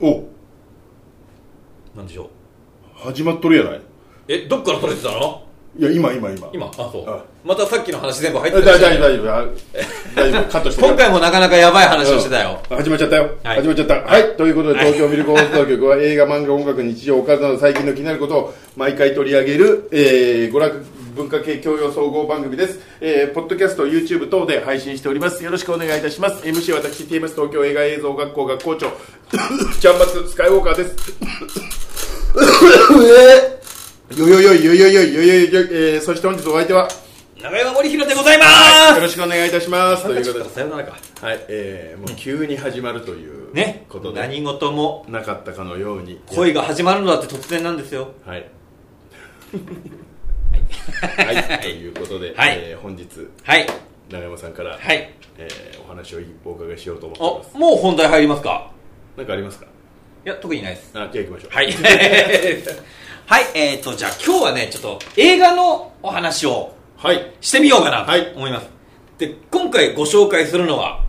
おなんでしょう始まっとるやないえどっから取れてたのいや今今今今あそう、はまたさっきの話全部入っいて大た丈で夫大しょ丈夫あ大丈夫カットして今回もなかなかやばい話をしてたよ、うん始まっちゃったよ、はい始まっちゃったはいということで東京ミルク放送局は映画漫画音楽日常おかずなど最近の気になることを毎回取り上げる、えー、娯楽文化系教養総合番組です、えー、ポッドキャスト YouTube 等で配信しておりますよろしくお願いいたします MC は私 TMS 東京映画映像学校学校長ジャンバススカイウォーカーですえーよよよいよよよいよよよいよよい、えー、そして本日お相手は長山森弘でございまよろしくお願いいたしますというすことでさよならかはい、えー、もう急に始まるというねことで、何事もなかったかのように恋が始まるのだって突然なんですよはいはい、はい、ということで、はいえー本日はい永山さんから、はいえーお話をお伺いしようとあ思ってますもう本題入りますかなんかありますかいや特にないですあじゃあ行きましょうはいはいえーとじゃあ今日はねちょっと映画のお話をはいしてみようかなはいと思います、で今回ご紹介するのは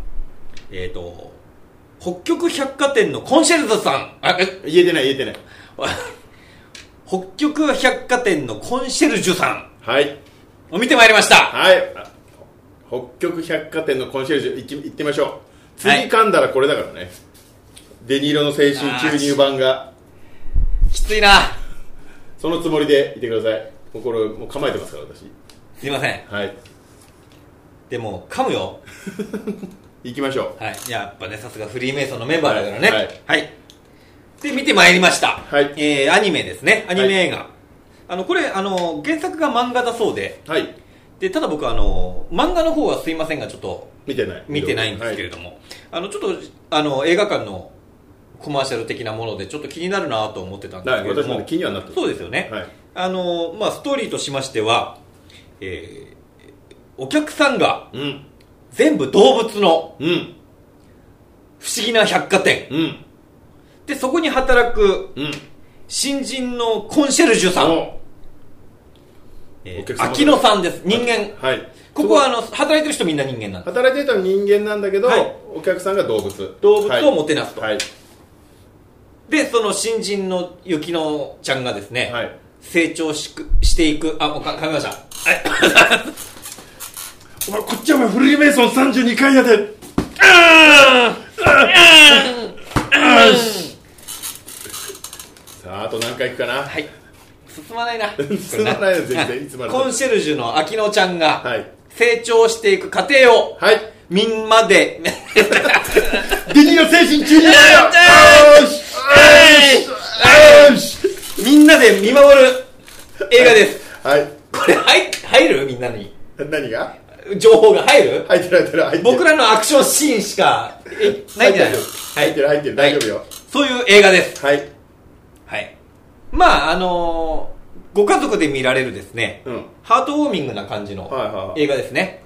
えっ、と北極百貨店のコンシェルジュさんあえ 言えてない言えてない北極百貨店のコンシェルジュさんはいを見てまいりましたはいあ北極百貨店のコンシェルジュ行き行ってみましょう次はい噛んだらこれだからね、デニーロの青春注入版がきついなそのつもりでいてくださいもうこれもう構えてますから私すいませんはいでも噛むよ行きましょはいやっぱねさすがフリーメイソンのメンバーだからねははいい、で見てまいりましたはいえー、アニメですねアニメ映画、あのこれあの原作が漫画だそうでうはいでただ僕あの漫画の方はすいませんがちょっと見てない見てないんですけれども、あのちょっとあの映画館のコマーシャル的なものでちょっと気になるなと思ってたんではすい、けれど私も、も気にはなってますそうですよね、はいあのまあ、ストーリーとしましては、えーお客さんがうん全部動物のうん不思議な百貨店うんでそこに働くうん新人のコンシェルジュさん、おえお客ー、様秋野さんです人間はいここはあの働いてる人みんな人間なんです働いてたの人間なんだけど、はいお客さんが動物動物をもてなすと、はいでその新人の雪乃ちゃんがですね、はい、はい、成長しくしていくあもうか噛みましたお前こっちはお前フリーメイソン32回やでさああと何回いくかなははい進まないな 進まないよ全然これいつまでたってもコンシェルジュの秋乃ちゃんがい成長していく過程をはいみんなで ディニーの精神注入だよよーしよーしよーしみんなで見守る映画ですはいこれ入入るみんなに何が情報が入る入ってる入ってる入ってる僕らのアクションシーンしかえないんじゃないは入っている入ってる大丈夫よそういう映画ですはい、はいまああのーご家族で見られるですね、うんハートウォーミングな感じのはいはいはい映画ですね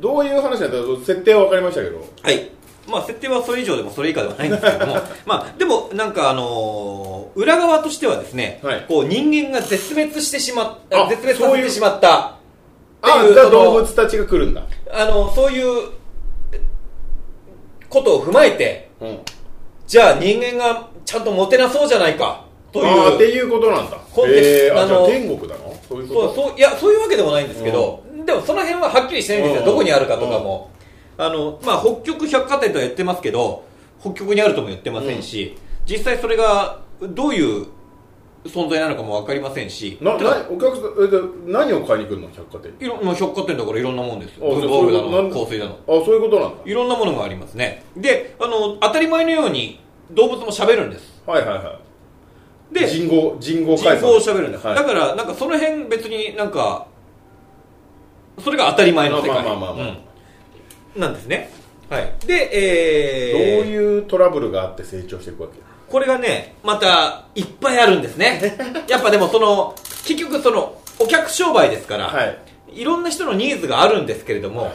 どういう話なんだろう設定は分かりましたけどはい。まあ、設定はそれ以上でもそれ以下ではないんですけども、 まあ、でも、なんか、あのー裏側としてはですね、はいこう、人間が絶滅してしまっあた、絶滅さそうせいうてしまった、あっていうじゃあその動物たちが来るんだあの、そういう、ことを踏まえて、うんじゃあ人間がちゃんともてなそうじゃないか、あとーっていう、いうことなんだコえンテえンツー、ああじゃあの天国だのそういうそうこそういや、そういうわけでもないんですけど、でもその辺ははっきりしてないんでうすんよ、どこにあるかとかも。あの、まあ、北極百貨店とは言ってますけど、北極にあるとも言ってませんし、実際それがどういう存在なのかもわかりませんし、となただなお客さんえじゃあ何を買いに来るの百貨店にいろまあ百貨店だからいろんなもんですよ。あ文房具だそういうなの、ん香水だのあ。そういうことなんだいろんなものがありますね。で、あの、当たり前のように動物も喋るんです。はいはいはで、い人口人口人解散口を喋るんです。はいだから、なんかその辺別になんか、それが当たり前の世界。まあまあまあまあまあうんなんですね。はい。で、えどうー、いうトラブルがあって成長していくわけこれがね、また、いっぱいあるんで すね。やっぱでもその、結局その、お客商売ですから、はいいろんな人のニーズがあるんですけれども、はい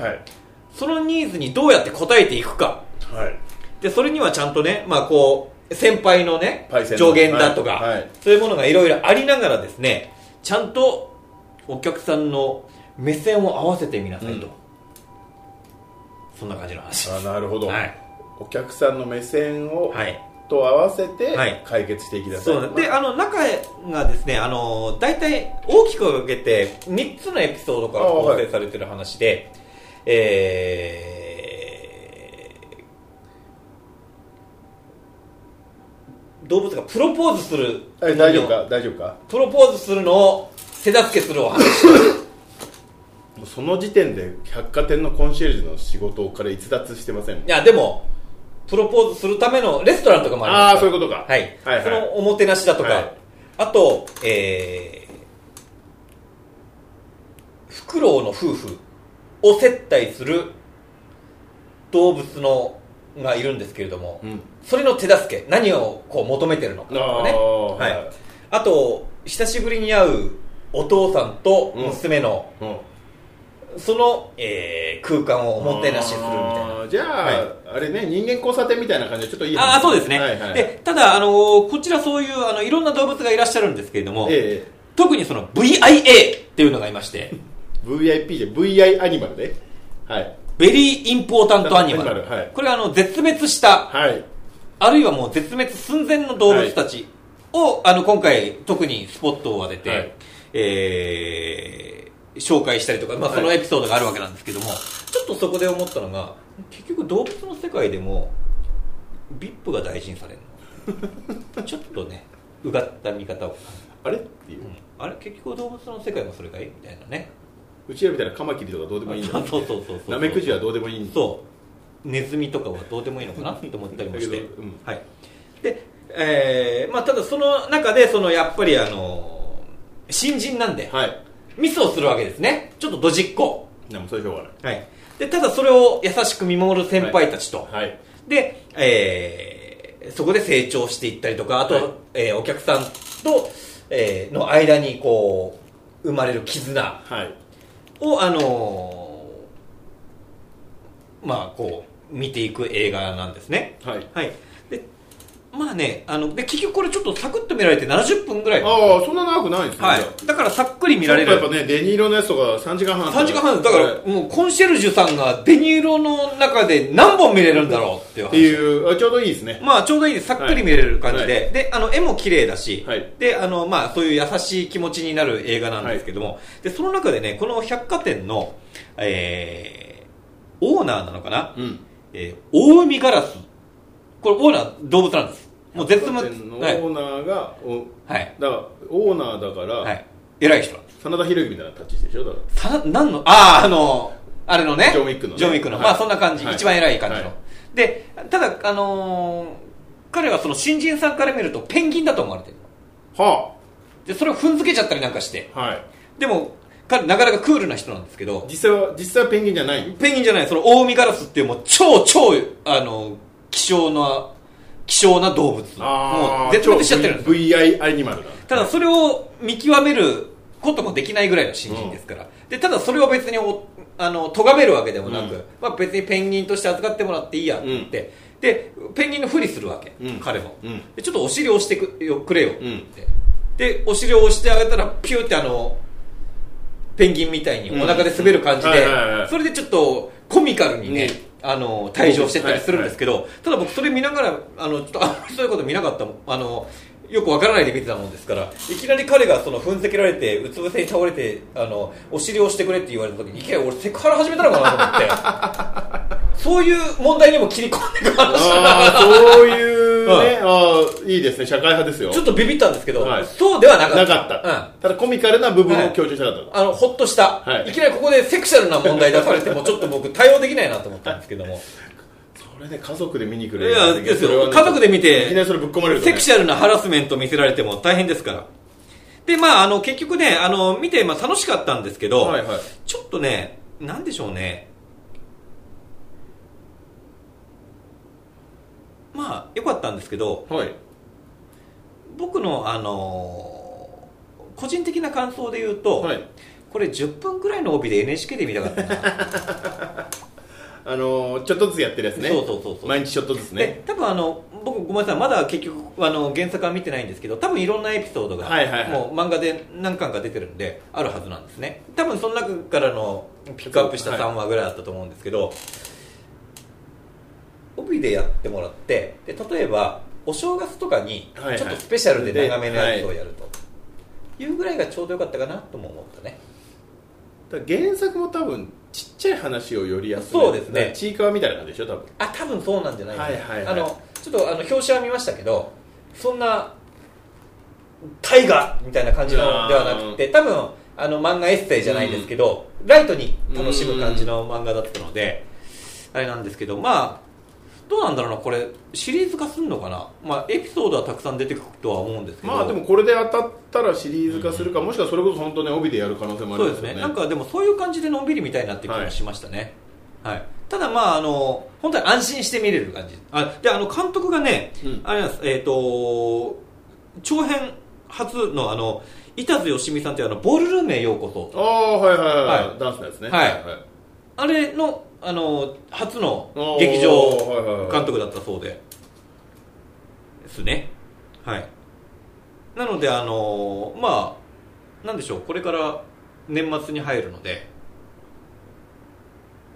そのニーズにどうやって応えていくか。はいでそれにはちゃんとね、まあ、こう先輩のねパイセンの助言だとか、はいはいそういうものがいろいろありながらですねちゃんとお客さんの目線を合わせてみなさいと、うんそんな感じの話あなるほど、はい、お客さんの目線をはい、と合わせてはい解決していきなさい、そうなんで、あの、中がですね、あの、大体大きく分けて、3つのエピソードからあはい構成されてる話で、えー、動物がプロポーズする。え大丈夫か大丈夫かプロポーズするのを手助けするお話。もうその時点で百貨店のコンシェルジュの仕事から逸脱してませんいや、でも、プロポーズするためのレストランとかもありますああーそういうことかはい、はいはいそのおもてなしだとか、はいあと、えー、フクロウの夫婦を接待する動物のがいるんですけれども、うんそれの手助け何をこう求めてるのかとかねあーはいはいあと久しぶりに会うお父さんと娘の、うんその、えー空間をおもてなしするみたいなあーじゃあ、はいあれね人間交差点みたいな感じでちょっといい話ああそうですね、はいはい、でただ、あのーこちらそういうあのいろんな動物がいらっしゃるんですけれども、ええ特にその VIA っていうのがい まして、 VIP じゃ VI アニマルではいベリーインポータントアニマル。アニマルはいこれはあの絶滅した、はいあるいはもう絶滅寸前の動物たちを、あの今回特にスポットを当てて、はいえー紹介したりとか、まあはいそのエピソードがあるわけなんですけども、ちょっとそこで思ったのが、結局動物の世界でも、VIP が大事にされる の。ちょっとね、うがった見方を。あれっていう、うあれ結局動物の世界もそれがいいみたいなね。ちらみたいなカマキリとかどうでもいいんそだうそうそうそうナメクジはどうでもいいんだそうネズミとかはどうでもいいのかなって思ったりもして、だけどうんはいで、えーまあ、ただその中でそのやっぱりあのー新人なんで、はいミスをするわけですねちょっとドジっ子、でもそれしょうがないはい、でただそれを優しく見守る先輩たちと、はいで、えーそこで成長していったりとかあと、はいえーお客さんと、えーの間にこう生まれる絆、はいをあのーまあこう見ていく映画なんですねはいはいでまあねあので結局これちょっとサクッと見られて70分ぐらいはああそんな長くないですね、じゃあいだからさっくり見られやっぱるねデニーロのやつとか3時間半3時間半だからはいもうコンシェルジュさんがデニーロの中で何本見れるんだろうっていうって話いうあちょうどいいですねまあちょうどいいですさっくり見れる感じで、はいであの絵も綺麗だし、はいであのまあそういう優しい気持ちになる映画なんですけども、でその中でねこの百貨店の、えー、オーナーなのかな、うんえー、大海ガラスこれオーナー動物なんですもう絶滅百貨店のオはい、ーナーが、おはいだからオーナーだから、はい、偉い人なんです真田広之みたいな立ち位置でしょだかさ何のあああのあれのねジョンウィックのねジョンウィックの、はいまあそんな感じ、はい一番偉い感じの、はいでただあのー彼はその新人さんから見るとペンギンだと思われてるらはでそれを踏んづけちゃったりなんかしてあはいでも彼なかなかクールな人なんですけど実際は実際はペンギンじゃないペンギンじゃないそのオウミガラスっていうもう超超あの希少な希少な動物もう絶滅しちゃってるんですよ VI アニマルだただそれを見極めることもできないぐらいの新人ですから、でただそれを別におあの咎めるわけでもなく、うんまあ、別にペンギンとして扱ってもらっていいやって言って、でペンギンのふりするわけ、うん彼も、うんでちょっとお尻を押してくよくれよって、うんでお尻を押してあげたらピューってあのペンギンみたいにお腹で滑る感じでうんうんはいはいはいそれでちょっとコミカルにね、あの退場してったりするんですけど、ただ僕それ見ながらあのちょっとあんまりそういうこと見なかったもんあのよくわからないで見てたもんですからいきなり彼がその踏んづけられてうつ伏せに倒れてあのお尻を押してくれって言われた時にいきなり俺セクハラ始めたのかなと 思ってそういう問題にも切り込んでいく話だなああそういうね、はいああいいですね社会派ですよちょっとビビったんですけど、はいそうではなかなったかった、ただコミカルな部分を強調したかった、うん、あのほっとした、はいい、きなりここでセクシャルな問題出されてもちょっと僕対応できないなと思ったんですけどもそれで家族で見に来いるやですよ家族で見ていきなりそれぶっ込まれるとね、 セクシャルなハラスメント見せられても大変ですから。で、まあ、あの、結局ね、あの、見て、まあ、楽しかったんですけど、はいはいちょっとね、なんでしょうね。まあ、良かったんですけど、はい僕の、あの個人的な感想で言うと、はいこれ10分くらいの帯で NHK で見たかったな。あのーちょっとずつやってるやつねそうそうそうそう 毎日ちょっとずつねで、多分あの、僕ごめんなさい、まだ結局、あの、原作は見てないんですけど、多分いろんなエピソードが、はいはいはいもう漫画で何巻か出てるんで、あるはずなんですね。多分その中からのピックアップしたはい3話ぐらいだったと思うんですけど、帯でやってもらって、で、例えば、お正月とかにはいはいちょっとスペシャルで長めのやつをやると、いうぐらいがちょうどよかったかなとも思ったねだから原作も多分ちっちゃい話をよりやすいそうですねだからちいかわみたいな感じでしょ多分あ多分そうなんじゃないかな、はいはいはいあのちょっとあの表紙は見ましたけどそんな大河みたいな感じのあーではなくて多分あの漫画エッセイじゃないですけど、ライトに楽しむ感じの漫画だったのであれなんですけどまあどうなんだろうなこれシリーズ化するのかな、まあ、エピソードはたくさん出てくるとは思うんですけどまあでもこれで当たったらシリーズ化するか、もしくはそれこそ本当ね帯でやる可能性もあそりうまですすよねねなんかでもそういう感じでのんびりみたいなって気もしましたね、はいただまああの本当に安心して見れる感じあであの監督がね、うんあれなんですえっ、と長編初のあの板津よしみさんというあのボールルームへようこそああはいはいはい、はダンスのやつねはいはいあれのあの初のおー劇はいはいは場い監督だったそうでですねはいなのであのまあなんでしょうこれから年末に入るので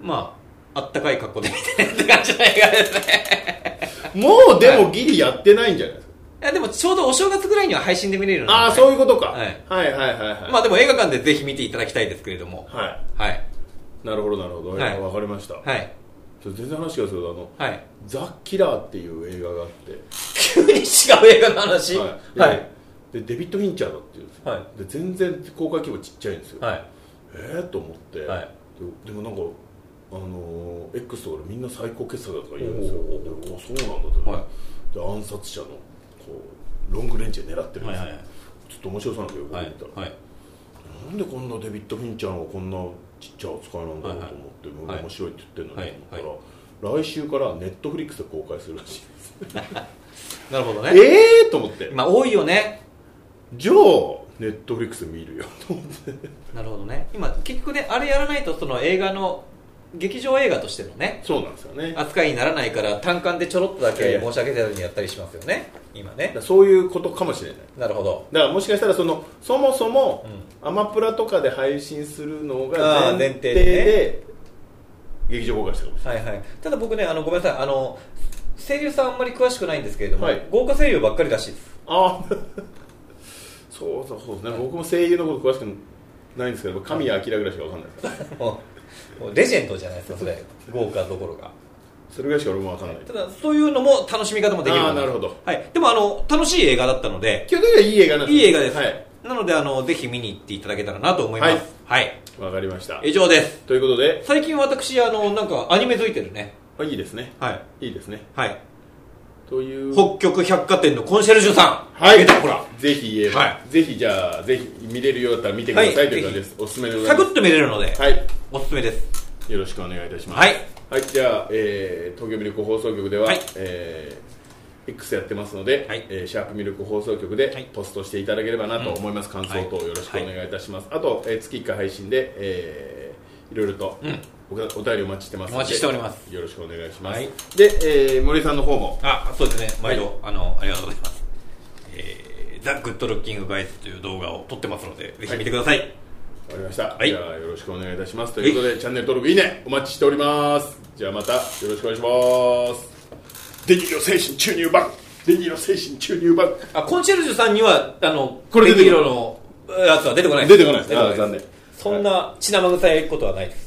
まああった かい格好で見てねって感じの映画ですねもうでもギリやってないんじゃないですか、いやでもちょうどお正月ぐらいには配信で見れるのでああそういうことか、はいはいはいはいはいまあでも映画館でぜひ見ていただきたいですけれどもははいいなるほどなるほど、はいわかりました、はいちょっと全然話がするけどあのはい「ザ・キラー」っていう映画があって急に違う映画の話はい、はいででデビッド・フィンチャーだっていうんですよ、はで全然公開規模ちっちゃいんですよ、はいえー、と思って、はいででもなんかあのー X とかでみんな最高傑作だとか言うんですよおーでおそうなんだと、はで暗殺者のこうロングレンジで狙ってるんですよ、はいはいはいちょっと面白そうなんだけど、は僕い見たら、はいなんでこんなデビッド・フィンチャーはこんなちっちゃい扱いなんだろうと思って、いはい面白いって言ってるのにと思ったら、は来週からネットフリックスで公開するらしいなるほどねええー、と思ってまあ多いよねじゃあネットフリックス見るよと思ってなるほどね今結局ねあれやらないとその映画の劇場映画としてのねそうなんですよねだか扱いにならないから単館でちょろっとだけ申し上げたようにやったりしますよね今ねらそういうことかもしれないなるほどだからもしかしたらそのそもそも、アマプラとかで配信するのあがー前前提提ででね劇場公開したかもしれないはいはいただ僕ねあのごめんなさいあの声優さんあんまり詳しくないんですけれども、はい豪華声優ばっかりらしいです ああ そうそうそうですね、僕も声優のこと詳しくないんですけど神谷明ぐらいしかわかんないですからもうもうレジェンドじゃないですかそれ豪華どころがそれぐらいしか俺もわかんないただそういうのも楽しみ方もできるあーなるほど、はい、でもあの楽しい映画だったので基本的にはいい映画なんいい映画です、はいなのであのぜひ見に行っていただけたらなと思いますはい、わかりました以上ですということで最近私あのなんかアニメづいてるねあいいですねはいいいですねはいという北極百貨店のコンシェルジュさんはい出たほらぜひ言えば、はぜひじゃあぜひ見れるようだったら見てください、はいという感じですおすすめでござサいまクすッと見れるので、はいおすすめですよろしくお願いいたしますはいはい、じゃあ、えー東京ミルク放送局では、はいえー X やってますので、はいえーシャープミルク放送局はいでポストしていただければなと思います、感想等よろしくお願いいたします、あと、えー月1回配信で、えーいろいろとお,、お便りお待ちしてますのでお待ちしておりますよろしくお願いします、はいで、えー森さんの方もあそうですね毎度、あのありがとうございますえーザ・グッド・ルッキング・ガイズという動画を撮ってますのでぜひ見てください、わかりました、いじゃあよろしくお願いいたしますということでチャンネル登録いいねお待ちしておりますじゃあまたよろしくお願いします電気の精神注入版電気の精神注入版あコンシェルジュさんにはあのこれ出てくるペンキ色のやつは出てこない出てこないです出てこあー残念そんな血生臭いことはないです